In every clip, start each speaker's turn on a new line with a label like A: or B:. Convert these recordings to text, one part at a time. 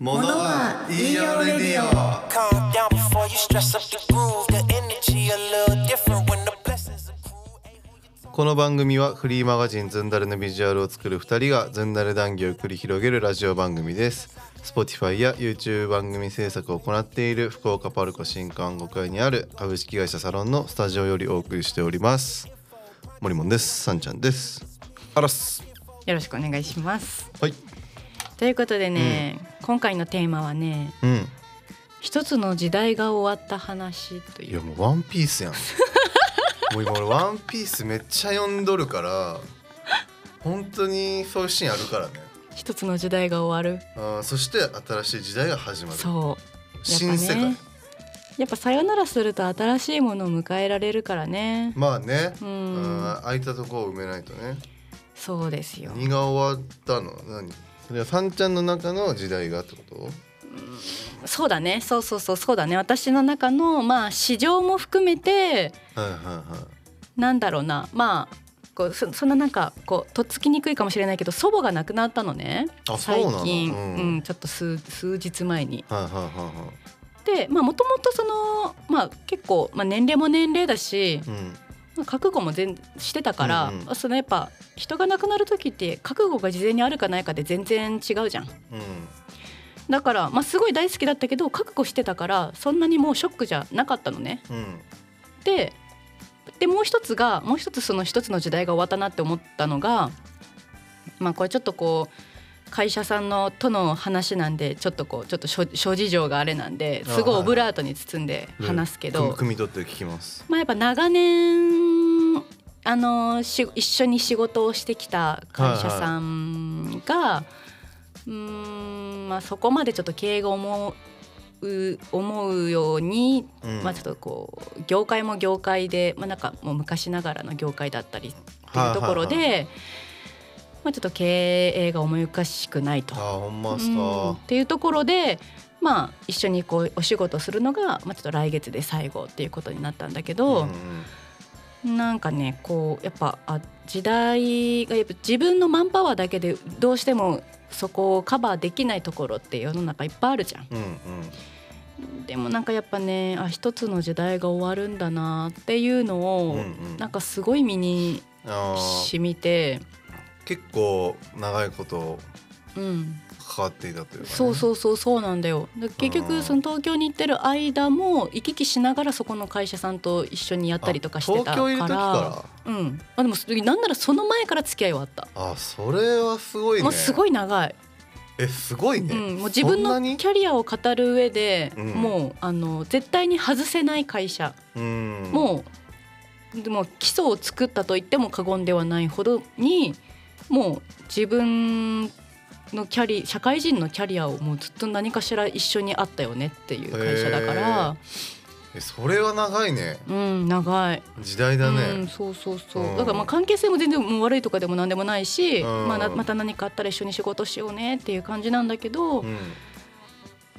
A: 物は言いようレディオ
B: Calm down before you stress up the groove. The energy a little different when the blessings accrue.
A: この番組はフリーマガジンズンダレのビジュアルを作る2人がズンダレ談義を繰り広げるラジオ番組です Spotify や YouTube 番組制作を行っている福岡パルコ新館5階にある株式会社サロンのスタジオよりお送りしております森もんですさんちゃんですあらっす
C: よろしくお願いします。
A: はい
C: ということでね、今回のテーマはね、
A: うん
C: 一つの時代が終わった話と
A: い
C: い
A: や
C: う。
A: もうワンピース やんもう今俺ワンピースめっちゃ読んどるから本当にそういうシーンあるからね
C: 一つの時代が終わる。
A: あーそして新しい時代が始まる
C: そう。やっぱ
A: 新世界
C: ね。やっぱさよならすると新しいものを迎えられるからね。
A: まあね、
C: う
A: うんん、空いたとこを埋めないとね
C: そうですよ。
A: 何が終わったの何それはさんちゃんの中の時代がってこと
C: そうだね。そうそうそうそうだね。私の中のまあ市場も含めて
A: はいはいはい
C: なんだろうな。まあこうそそんななんかこうとっつきにくいかもしれないけど祖母が亡くなったのね。
A: あそう
C: 最
A: なの
C: 近、
A: うん
C: うん、ちょっと数数日前に。
A: はいはいは
C: でまあもともとそのまあ結構、まあ、年齢も年齢だし、
A: いはいうん
C: まあ、覚悟も全してたから、
A: うんう
C: そのやっぱ人が亡くなる時って覚悟が事前にあるかないかで全然違うじゃん
A: うん
C: だから、まあ、すごい大好きだったけど覚悟してたからそんなにもうショックじゃなかったのね。
A: うん
C: ででもう一つがもう一つその一つの時代が終わったなって思ったのがまあこれちょっとこう会社さんのとの話なんでちょっとこうちょっと諸諸事情があれなんですごいオブラートに包んで話すけど、
A: く汲み取って聞きます
C: まあ、やっぱ長年あのし一緒に仕事をしてきた会社さんが、うーんまあ、そこまでちょっと経営が思う思うように、
A: うん
C: まあ、ちょっとこう業界も業界で、まあ、なんかもう昔ながらの業界だったりっていうところで、
A: はいはい
C: まあ、ちょっと経営が思い浮かしくないと。
A: あほんまっす
C: うんっ
A: か
C: ていうところで、まあ、一緒にこうお仕事するのが、まあ、ちょっと来月で最後っていうことになったんだけど、
A: ん
C: なんかねこうやっぱあ時代がやっぱ自分のマンパワーだけでどうしてもそこをカバーできないところって世の中いっぱいあるじゃん。
A: うんうん
C: でもなんかやっぱねあ一つの時代が終わるんだなっていうのを、
A: うんうん
C: なんかすごい身に
A: あー
C: 染みて、
A: 結構長いこと
C: うん、
A: 関わっていたというか、ね、
C: そう
A: う
C: そうそうそうなんだよだ結
A: うん
C: 局その東京に行ってる間も行き来しながらそこの会社さんと一緒にやったりとかしてた
A: 東
C: か
A: 京いる時
C: ら
A: か
C: うんあでもなんならその前から付き合いはあった、
A: らあそれはすごいね
C: もうすごい長い、
A: えすごいね、
C: うん、もう自分
A: そんな
C: の
A: に
C: キャリアを語る上で、
A: うん
C: もうあの絶対に外せない会社、
A: うん
C: もうでも基礎を作ったと言っても過言ではないほどにもう自分のキャリ社会人のキャリアをもうずっと何かしら一緒にあったよねっていう会社だから、
A: えそれは長いね
C: うん長い、
A: 時代だ
C: うん
A: ね、
C: そうそうそう、
A: うん
C: だからまあ関係性も全然もう悪いとかでも何でもないし、
A: うん
C: まあ、なまた何かあったら一緒に仕事しようねっていう感じなんだけど、
A: うん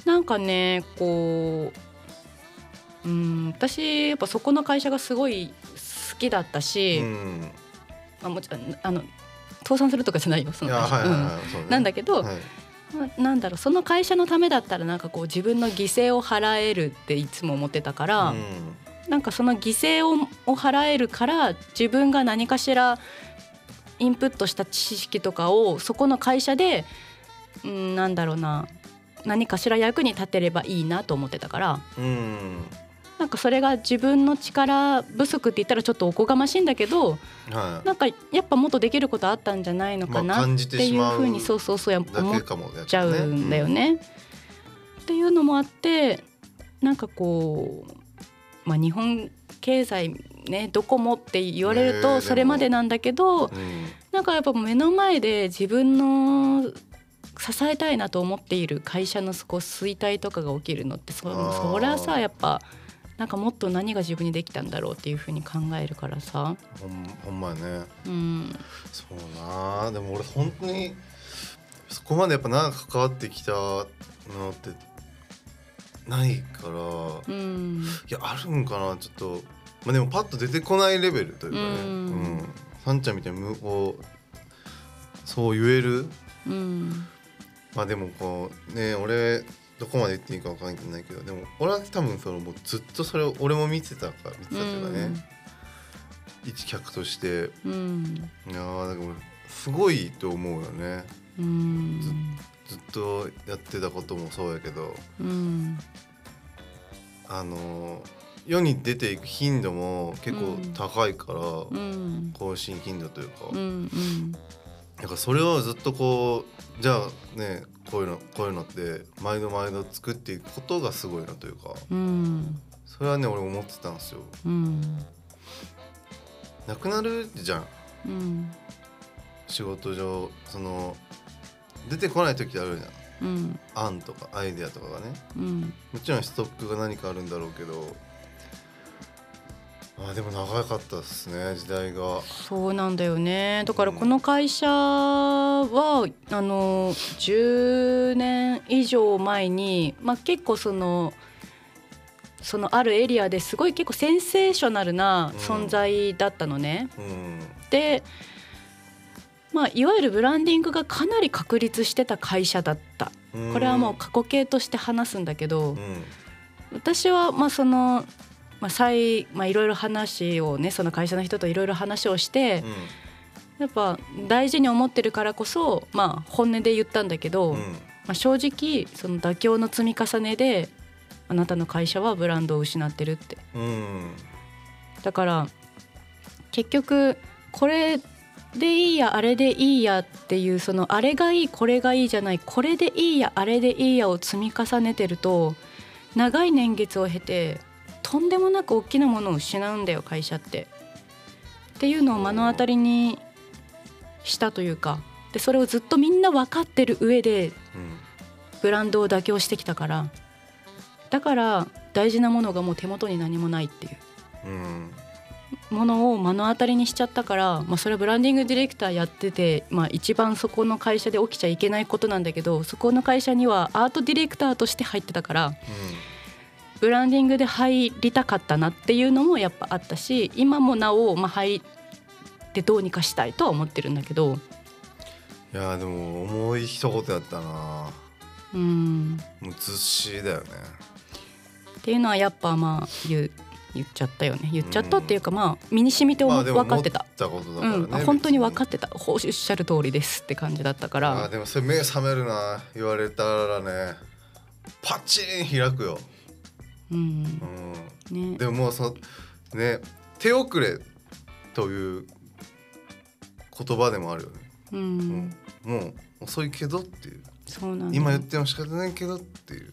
C: なんかねこううん私やっぱそこの会社がすごい好きだったし、
A: うん
C: まあ、もちろんあの倒産するとかじゃないよそ
A: い
C: の
A: や
C: 会社、
A: はいはいはい、そう
C: う
A: ね
C: んなんだけど、
A: はい
C: まあなんだろうその会社のためだったらなんかこう自分の犠牲を払えるっていつも思ってたから、
A: うん
C: なんかその犠牲をを払えるから自分が何かしらインプットした知識とかをそこの会社で、うん、なんだろうな何かしら役に立てればいいなと思ってたから。
A: うん
C: なんかそれが自分の力不足って言ったらちょっとおこがましいんだけど
A: はい
C: なんかやっぱもっとできることあったんじゃないのか
A: まあ
C: な
A: 感
C: っ
A: じて
C: て
A: し
C: いう
A: まう
C: ふうにそうそうそうやっぱ思
A: だけ
C: っ
A: かもね
C: ちゃうんだよね。っていうのもあってなんかこう、まあ、日本経済ねどこもって言われる
A: ねえで
C: と
A: も
C: それまでなんだけど、
A: うんうん
C: なんかやっぱ目の前で自分の支えたいなと思っている会社のそこ衰退とかが起きるのってそ
A: あー
C: そりゃさやっぱなんかもっと何が自分にできたんだろうっていうふうに考えるからさ、
A: ほんほんまやね
C: うん、
A: そうなあでも俺本当にそこまでやっぱ長く関わってきたのってないから、
C: うん、
A: いやあるんかなちょっと、まあ、でもパッと出てこないレベルというかね、う
C: うんん
A: さんちゃんみたいに無こうそう言える
C: うん、
A: まあでもこうね俺どこまで言っていいかわかんないけどでも俺は多分そのもうずっとそれを俺も見てたから見てたというかね、一客として
C: うん
A: いやーだから俺すごいと思うよね
C: うん
A: ずっとやってたこともそうやけど
C: うん
A: あのー世に出ていく頻度も結構高いから、
C: うん
A: 更新頻度というか、
C: うん
A: なんかそれをずっとこうじゃあねこういうのこういうのって毎度毎度作っていくことがすごいなというか
C: うん
A: それはね俺思ってたんですよ
C: うん
A: なくなるじゃん
C: うん
A: 仕事上その出てこない時ってあるじ
C: うん
A: ゃん案とかアイデアとかがね
C: うん
A: もちろんストックが何かあるんだろうけどあーでも長かったですね時代が
C: そうなんだよねだからこの会社は、あの10年以上前に、まあ、結構そのそのあるエリアですごい結構センセーショナルな存在だったのね。
A: うん
C: でまあ、いわゆるブランディングがかなり確立してた会社だった
A: うん
C: これはもう過去形として話すんだけ
A: う
C: ど、
A: ん
C: 私はまあその、まあ、再まあいろいろ話をねその会社の人といろいろ話をして、やっぱ大事に思ってるからこそ、まあ、本音で言ったんだけ
A: う
C: ど、
A: んう
C: ま
A: ん
C: あ、正直その妥協の積み重ねであなたの会社はブランドを失ってるって
A: うん
C: だから結局これでいいやあれでいいやっていうそのあれがいいこれがいいじゃないこれでいいやあれでいいやを積み重ねてると長い年月を経てとんでもなく大きなものを失うんだよ会社って。っていうのを目の当たりにしたというかでそれをずっとみんな分かってる上で
A: うん
C: ブランドを妥協してきたからだから大事なものがもう手元に何もないっていう。
A: うん
C: ものを目の当たりにしちゃったから、まあ、それはブランディングディレクターやってて、まあ、一番そこの会社で起きちゃいけないことなんだけどそこの会社にはアートディレクターとして入ってたからブランディングで入りたかったなっていうのもやっぱあったし今もなお、まあ、入ってどうにかしたいとは思ってるんだけど
A: いやーでも重い一言だったな
C: うん
A: もうずっしりだよね
C: っていうのはやっぱまあ言う言っちゃったよね言っちゃったっていうかまあ身に染みて思
A: まあ
C: う
A: でも
C: 分かってた。
A: 思ったことだから
C: う
A: ね、
C: ん、本当に分か
A: っ
C: ってたおっしゃる通りですって感じだったか
A: あー
C: ら
A: でもそれ目覚めるな言われたらねパチン開くよ、
C: うん
A: う
C: ね
A: ん、でももうそのね手遅れという言葉でもあるよね、
C: う、
A: うんもう遅いけどっていう
C: そうなんだ
A: 今言っても仕方ないけどっていう、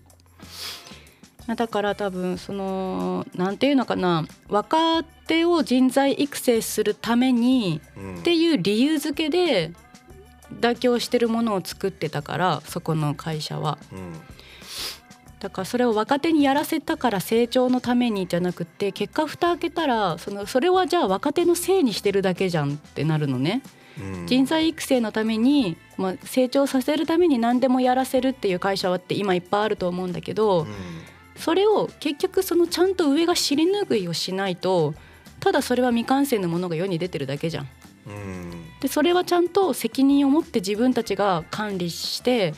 C: まあだから多分そのなんていうのかな若手を人材育成するために
A: うん、
C: っていう理由付けで妥協してるものを作ってたからそこの会社は
A: うん
C: だからそれを若手にやらせたから成長のためにじゃなくて結果蓋開けたらそのそれはじゃあ若手のせいにしてるだけじゃんってなるのね。
A: うん、
C: 人材育成のために、まあ、成長させるために何でもやらせるっていう会社はって今いっぱいあると思うんだけど、
A: う
C: それを結局そのちゃんと上が尻拭いをしないとただそれは未完成のものが世に出てるだけじゃん。
A: んうん
C: でそれはちゃんと責任を持って自分たちが管理して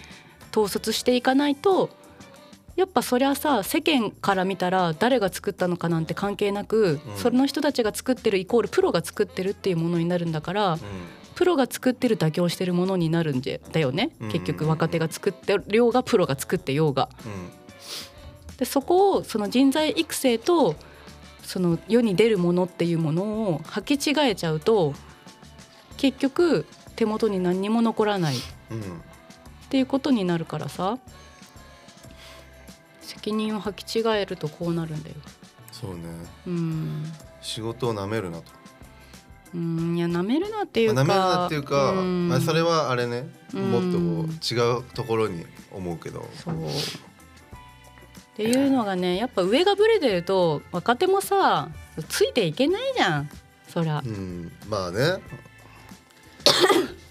C: 統率していかないとやっぱそりゃさ世間から見たら誰が作ったのかなんて関係なく、
A: うん
C: その人たちが作ってるイコールプロが作ってるっていうものになるんだからプロが作ってる妥協してるものになるんじゃだよね
A: うん
C: 結局若手が作ってるようがプロが作ってようが。
A: うん
C: でそこをその人材育成とその世に出るものっていうものを履き違えちゃうと結局手元に何にも残らないっ
A: うん
C: ていうことになるからさ責任を履き違えるとこうなるんだよ。
A: そうね
C: うん
A: 仕事をなめるなと
C: うんいやなめるなっていうか。
A: まあ、舐めるなっていうか、
C: ん
A: まあ、それはあれね
C: うん
A: もっとこう違うところに思うけど、
C: そうっていうのがねやっぱ上がぶれてると若手もさついていけないじゃんそら、
A: う
C: っ
A: ん、まあね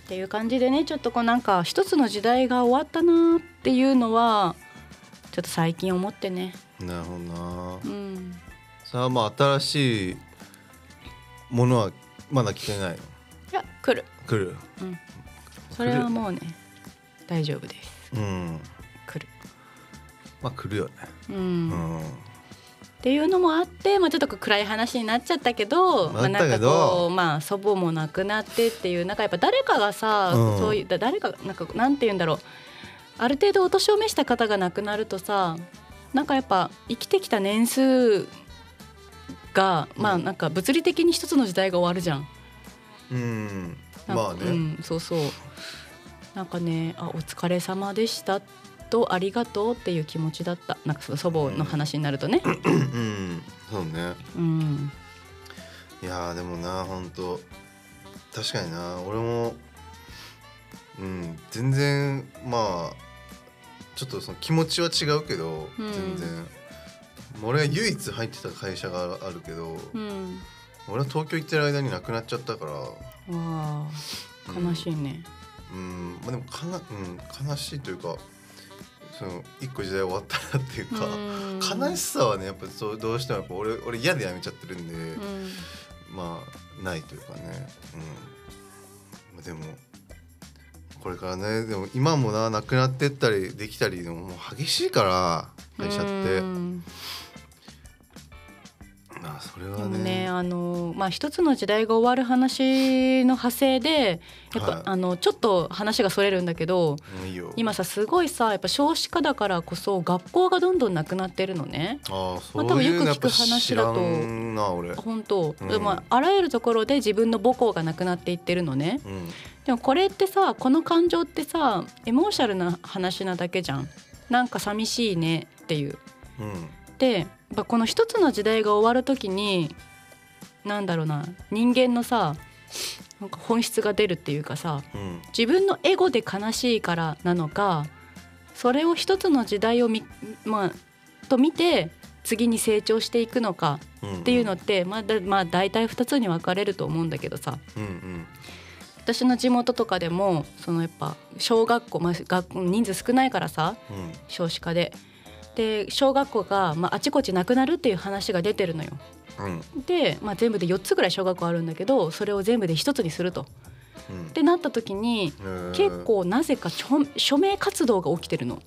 C: ていう感じでねちょっとこうなんか一つの時代が終わったなっていうのはちょっと最近思ってね
A: なるほどな
C: うん
A: それはまあ新しいものはまだ来てないの
C: いや来る
A: 来る
C: それはもうね大丈夫です
A: うん
C: 来る
A: まあ来るよね
C: うん
A: うん
C: っていうのもあって、まあ、ちょっと暗い話になっちゃったけ
A: な
C: ど
A: った
C: まあ、な
A: けど
C: んかこう、まあ、祖母も亡くなってっていうなんかやっぱ誰かがさ、
A: うん
C: そういうだ誰かなんかなんて言うんだろうある程度お年を召した方が亡くなるとさなんかやっぱ生きてきた年数が、まあなんか物理的に一つの時代が終わるじゃん。
A: うん
C: なんか
A: まあね、
C: うん、そうそうなんかねあお疲れ様でしたとありがとうっていう気持ちだったなんかその祖母の話になる とね。
A: うん、そうね
C: うん
A: いやーでもな本当確かにな俺もうん全然まあちょっとその気持ちは違うけど、
C: うん
A: 全然俺は唯一入ってた会社があるけど、
C: うん
A: 俺は東京行ってる間になくなっちゃったから
C: わあ
A: うん
C: 悲しいね。
A: うんまあでもかな、うん、悲しいというかその一個時代終わったなっていうか、悲し
C: い。
A: さはねやっぱそうどうしてもやっぱ俺俺嫌でやめちゃってるんで、
C: うん
A: まあないというかね、うんまあ、でもこれからねでも今もななくなってったりできたりでももう激しいから会社って
C: うん
A: まあそれ
C: で
A: は
C: も
A: ね
C: ねあのまあ一つの時代が終わる話の派生でやっぱ、
A: はい
C: あのちょっと話がそれるんだけど
A: もういいよ
C: 今さすごいさやっぱ少子化だからこそ学校がどんどんなくなってるのね。
A: ああそ
C: まあ多
A: う
C: 分
A: い
C: よ
A: う
C: く
A: のやっ
C: 聞く
A: ぱ知
C: 話
A: ら
C: だと
A: んな俺、うん、
C: 本当、
A: うん
C: でもまああらゆるところで自分の母校がなくなっていってるのねでもこれってさこの感情ってさエモーショナルな話なだけじゃんなんか寂しいねっていう
A: うん
C: で、まあ、この一つの時代が終わる時になんだろうな人間のさなんか本質が出るっていうかさ
A: うん
C: 自分のエゴで悲しいからなのかそれを一つの時代をみ、まあ、と見て次に成長していくのか
A: うん
C: っていうのって、まあだまあ、大体2つに分かれると思うんだけどさ
A: うんうん
C: 私の地元とかでもそのやっぱ小学校、まあ、学人数少ないからさ
A: うん
C: 少子化で。で小学校が、まあ、あちこちなくなるっていう話が出てるのよ。
A: うん
C: で、まあ、全部で4つぐらい小学校あるんだけどそれを全部で1つにすると。
A: うん
C: ってなった時に
A: えー
C: 結構なぜかちょ署名活動が起きてるの。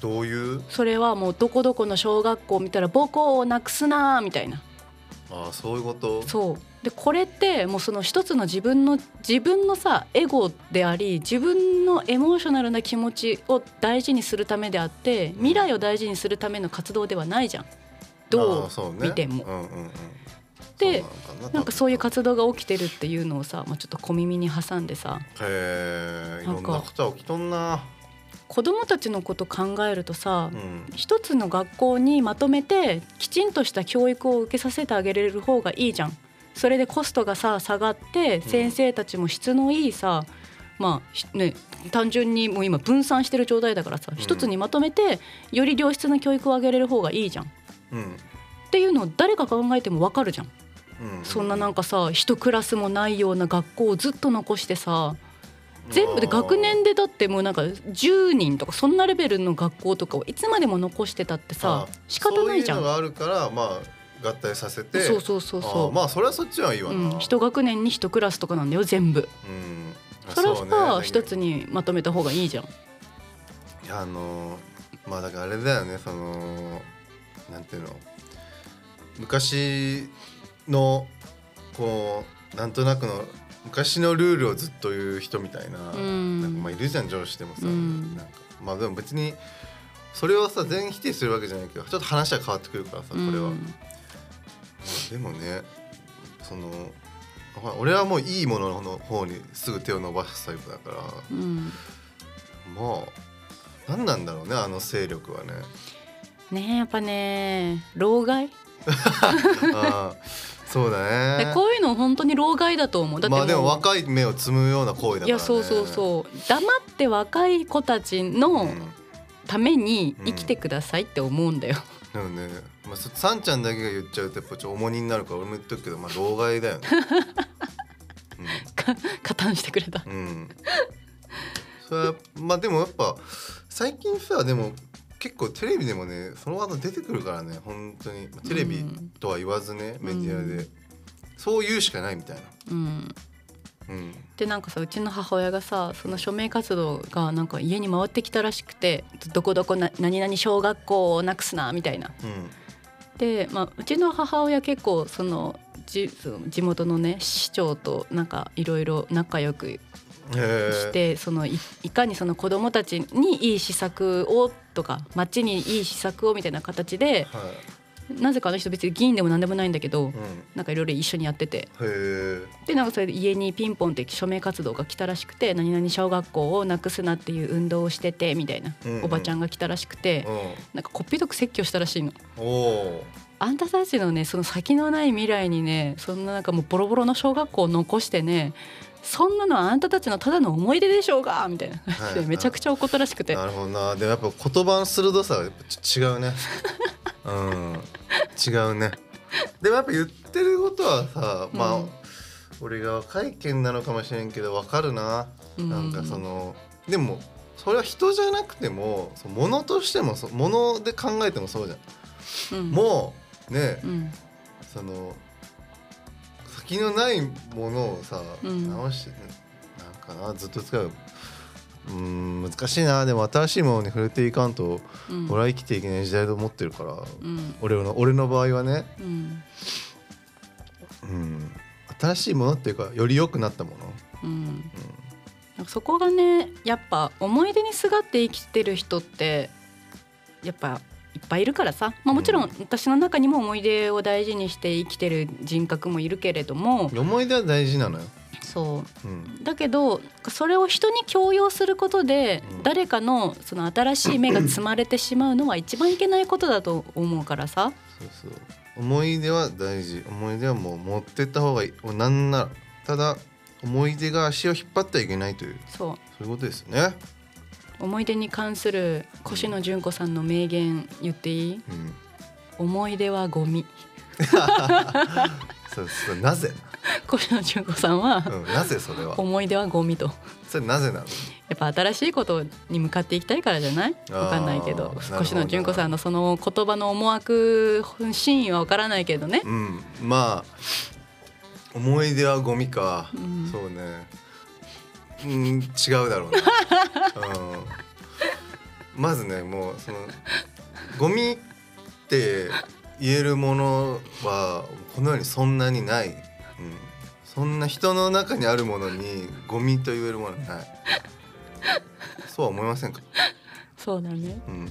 A: どういう
C: それはもうどこどこの小学校見たら母校をなくすなーみたいな。
A: ああそういうこと
C: そうでこれってもうその一つの自分の自分のさエゴであり自分のエモーショナルな気持ちを大事にするためであって未来を大事にするための活動ではないじゃん
A: あ
C: ど
A: あそう
C: う
A: ね
C: 見ても。
A: うんうんうん、
C: で
A: そうの
C: なんかそういう
A: 多分
C: 活動が起きてるっていうのをさ、まあ、ちょっと小耳に挟んでさ
A: へえいろん
C: な
A: なん
C: か
A: ことは起きとんな
C: 子どもたちのこと考えるとさ、
A: うん
C: 一つの学校にまとめてきちんとした教育を受けさせてあげれる方がいいじゃんそれでコストがさ下がって先生たちも質のいいさ、まあひね単純にもう今分散してる状態だからさ
A: ん
C: 一つにまとめてより良質な教育をあげれる方がいいじゃんっ
A: うん
C: ていうのを誰か考えてもわかるじゃん
A: うん、
C: そんななん
A: か
C: かさ一クラスもないような学校をずっと残してさ全部で学年でだってもうなんか10人とかそんなレベルの学校とかをいつまでも残してたってさ仕方ないじゃん
A: そういうのがあるからまあ合体させて
C: そうそうそう
A: あ
C: そ
A: ー
C: う、
A: まあそれはそっちはいいわな、
C: うん、一学年に一クラスとかなんだよ全部
A: うんあ
C: それを
A: う
C: さ一、つ
A: に
C: にまとめた方がいいじゃん
A: あのーまあだからあれだよねそのなんていうの昔のこうなんとなくの昔のルールをずっと言う人みたいな,、
C: うん
A: なんかまあいるじゃん上司でもさ、
C: うん
A: なんかまあでも別にそれをさ全否定するわけじゃないけどちょっと話は変わってくるからさこれは、
C: うん
A: でもねそのまあ俺はもういいものの方にすぐ手を伸ばすタイプだから
C: うん
A: まあ何なんだろうねあの勢力はね。
C: ねえやっぱね老害
A: あーそうだ
C: で
A: ね。
C: こういうの本当に老害だと思うだって
A: まあでも
C: う
A: 若い目をつむような行為だから、ね。
C: いやそうそう
A: う。
C: そう黙って若い子たち
A: う
C: の
A: ん、
C: ために生きてくださいって思うんだよ、
A: でもね、まあ、そさんちゃんだけが言っちゃうとやっぱちょっと重荷になるから俺も言っとくけどまあ老害だよ ね。
C: か加担してくれた
A: うん。うん、それはまあでもやっぱ最近さでも結構テレビでもねそのワード出てくるからね本当にテレビとは言わずね、メディアで、
C: う
A: そう言うしかないみたいな。
C: うん
A: うん
C: でなんかさうちの母親がさその署名活動がなんか家に回ってきたらしくて「どこどこな何々小学校をなくすな」みたいな。
A: うん
C: で、まあ、うちの母親結構そのじその地元のね市長となんかいろいろ仲良く
A: へー
C: してそのいいかにその子どもたちにいい施策をとか町にいい施策をみたいな形で
A: はい
C: なぜかあの人別に議員でも何でもないんだけど
A: うん
C: なんかいろいろ一緒にやってて
A: へえ
C: でなんかそれで家にピンポンって署名活動が来たらしくて「何々小学校をなくすな」っていう運動をしててみたいな
A: うんうん
C: おばちゃんが来たらしくてなんかこっぴどく説教したらしいの。
A: うんお
C: あんたたちのねその先のない未来にねそんななんかもうボロボロの小学校を残してねそんなのはあんたたちのただの思い出でしょうがみたいな
A: は
C: 感
A: い
C: じ
A: は
C: で
A: い
C: めちゃくちゃ怒ったらしく
A: お
C: て
A: なるほどなでもやっぱ言葉の鋭さはやっぱち違う ねうん違うねでもやっぱ言ってることはさまあ、
C: うん
A: 俺が会見なのかもしれんけどわかるな、
C: うん
A: なんかそのでもそれは人じゃなくてもその物としてもそ物で考えてもそうじゃん、
C: うん
A: もうね、
C: うん
A: その先のないものをさ、
C: うん
A: 直してなんかなずっと使ううーん難しいなでも新しいものに触れていかんと、
C: うん
A: 俺は生きていけない時代と思ってるから、
C: うん
A: 俺の俺の場合はね、
C: うん
A: うん、新しいものっていうかより良くなったもの、
C: うんなんかそこがねやっぱ思い出にすがって生きてる人ってやっぱいっぱいいるからさ、まあ、もちろん
A: うん
C: 私の中にも思い出を大事にして生きてる人格もいるけれども
A: うん、思い出は大事なのよ、
C: そう
A: うん
C: だけどそれを人に強要することで、
A: うん
C: 誰かのその新しい目が積まれてしまうのは一番いけないことだと思うからさ、
A: そうそう思い出は大事思い出はもう持ってった方がいいもうなんならただ思い出が足を引っ張ってはいけないという
C: そ
A: そういうことですよね。
C: う思い出に関する越野純子さんの名言言っていい？
A: うん
C: 思い出はゴミ。
A: そうそうなぜ、
C: 越野純子さんは、
A: うん、なぜそれは
C: 思い出はゴミと。
A: それなぜなの
C: やっぱ新しいことに向かっていきたいからじゃない
A: あー
C: わかんないけ
A: な
C: ど
A: るほど
C: 越野純子さんのその言葉の思惑真意はわからないけどね
A: うんまあ思い出はゴミか、
C: ん
A: そうねうん違うだろうな、うん、まずねもうそのゴミって言えるものはこの世にそんなにない、うん、そんな人の中にあるものにゴミと言えるものはないそうは思いませんか、
C: そうだね
A: うん、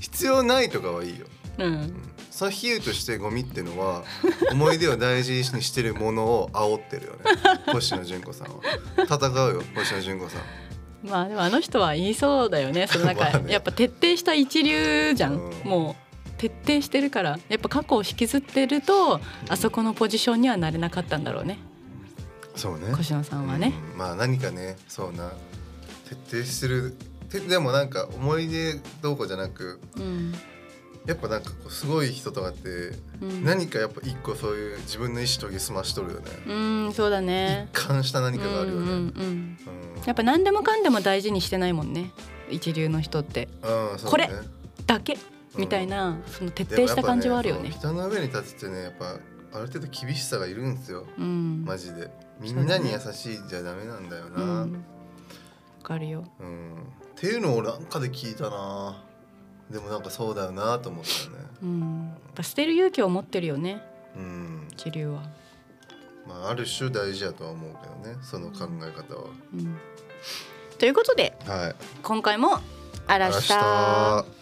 A: 必要ないとかはいいよ
C: うん
A: その比喩としてゴミっての は思い出を大事にしてるものを煽ってるよね星野純子さんは戦うよ星野純子さん
C: まあでもあの人は言いそうだよ ねそのなん
A: まあ
C: か
A: ね
C: やっぱ徹底した一流じゃん、
A: うん
C: もう徹底してるからやっぱ過去を引きずってるとあそこのポジションにはなれなかったんだろうね
A: そうね
C: 越野さんはね、
A: うんまあ何かねそうな徹底してるてでもなんか思い出どうこうじゃなく
C: うん
A: やっぱなんかこうすごい人とかって、
C: うん
A: 何かやっぱ一個そういう自分の意思研ぎ澄ましとるよね、
C: うんそうだね
A: 一貫した何かがあるよね、
C: う
A: うんん
C: うんうんやっぱ何でもかんでも大事にしてないもんね一流の人って
A: うんそう
C: こ
A: ね
C: れだけみたいな、その徹底した感じはあるよ
A: で
C: ね
A: もやっぱ人の上に立つってねやっぱある程度厳しさがいるんですよ
C: うん、
A: マジでみんなに優しいじゃダメなんだよ
C: う
A: なうんん、
C: わかるよ
A: っていうのをなんかで聞いたなでもなんかそうだよなと思ったよね
C: うんやっぱ捨てる勇気を持ってるよね
A: うん
C: 一流は
A: まあある種大事やとは思うけどねその考え方は
C: うんということで
A: はい
C: 今回も「あらした
A: 明日